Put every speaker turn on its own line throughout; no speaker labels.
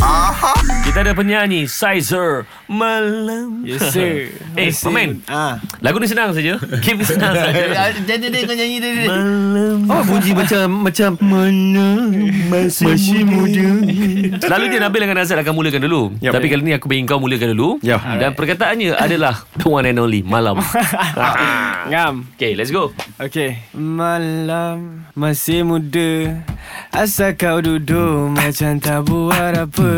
Aha.
Kita ada penyanyi Sizer Malam
Yes sir
Eh,
Yes, sir.
Mamin.
Ah.
Lagu ni senang saja Game ni senang saja
Jadi dia kau nyanyi dia
Oh bunyi macam Macam Mana Masih, masih muda
Selalu dia Nabil dengan Azad akan mulakan dulu
Yup.
Tapi kali ni aku ingin kau mulakan dulu
Yup.
Dan perkataannya adalah The one and only Malam
Ngam
Okay let's go
Okay Malam Masih muda Asal kau duduk Macam tak buat apa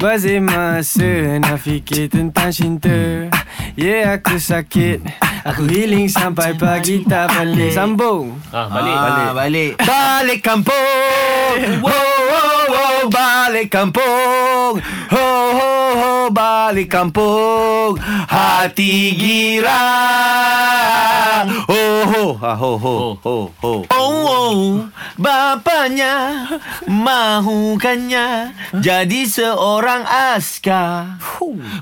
Bazir masa Nak fikir tentang cinta Yeah aku sakit Aku healing sampai pagi tak balik Sambung
ah, Balik
Ah,
Balik
Balik kampung Wow wow wow Balik kampung Ho ho ho Balik kampung Hati girang Ho ho ha, Ho ho ho ho
Oh, oh Bapaknya Mahukannya Jadi seorang askar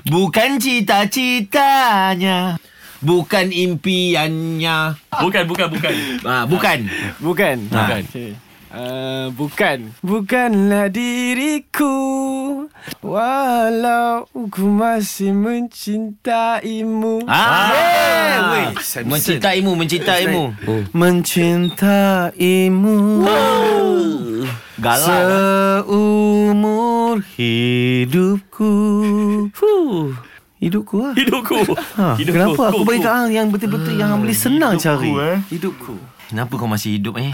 Bukan cita-citanya Bukan impiannya
Bukan bukan bukan
ah, Bukan
Bukan
Bukan.
okay. Uh, bukan Bukanlah diriku Walau ku masih mencintaimu
ah.
Yeah,
Weh, Oh. Mencintaimu Mencintaimu
Mencintaimu
Galak
Seumur hidupku Hidupku lah
Hidupku
Ha,
Hidupku.
kenapa aku
Ku,
bagi
ku.
kat hang yang betul-betul yang
Ah,
hang boleh senang cari?
eh. Hidupku Kenapa kau masih hidup eh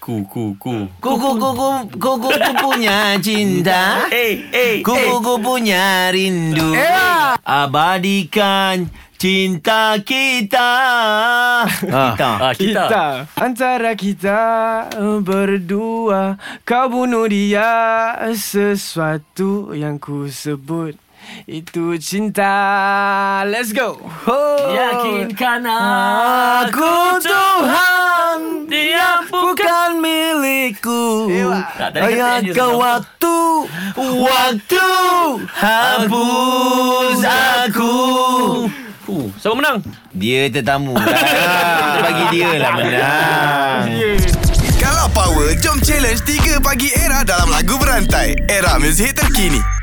Ku ku ku
Ku ku ku ku ku ku ku punya cinta.
Eh eh
Ku ku ku punya rindu. Abadikan cinta kita. Kita.
ah,
kita.
Kita
Antara kita berdua Kau bunuh dia Sesuatu yang ku sebut Itu cinta Let's go oh.
Yakinkan
Ah.
Aku Tuhan
Dia bukan
Bukan milikku
Tak, tadi kata
Hanya
dia
ke
senang.
waktu
Waktu hapus aku.
Ku. Siapa menang?
Dia tetamu
Ah.
lah. Bagi dia lah menang.
Kalau power, jom challenge 3 pagi era dalam lagu berantai. Era muzik terkini.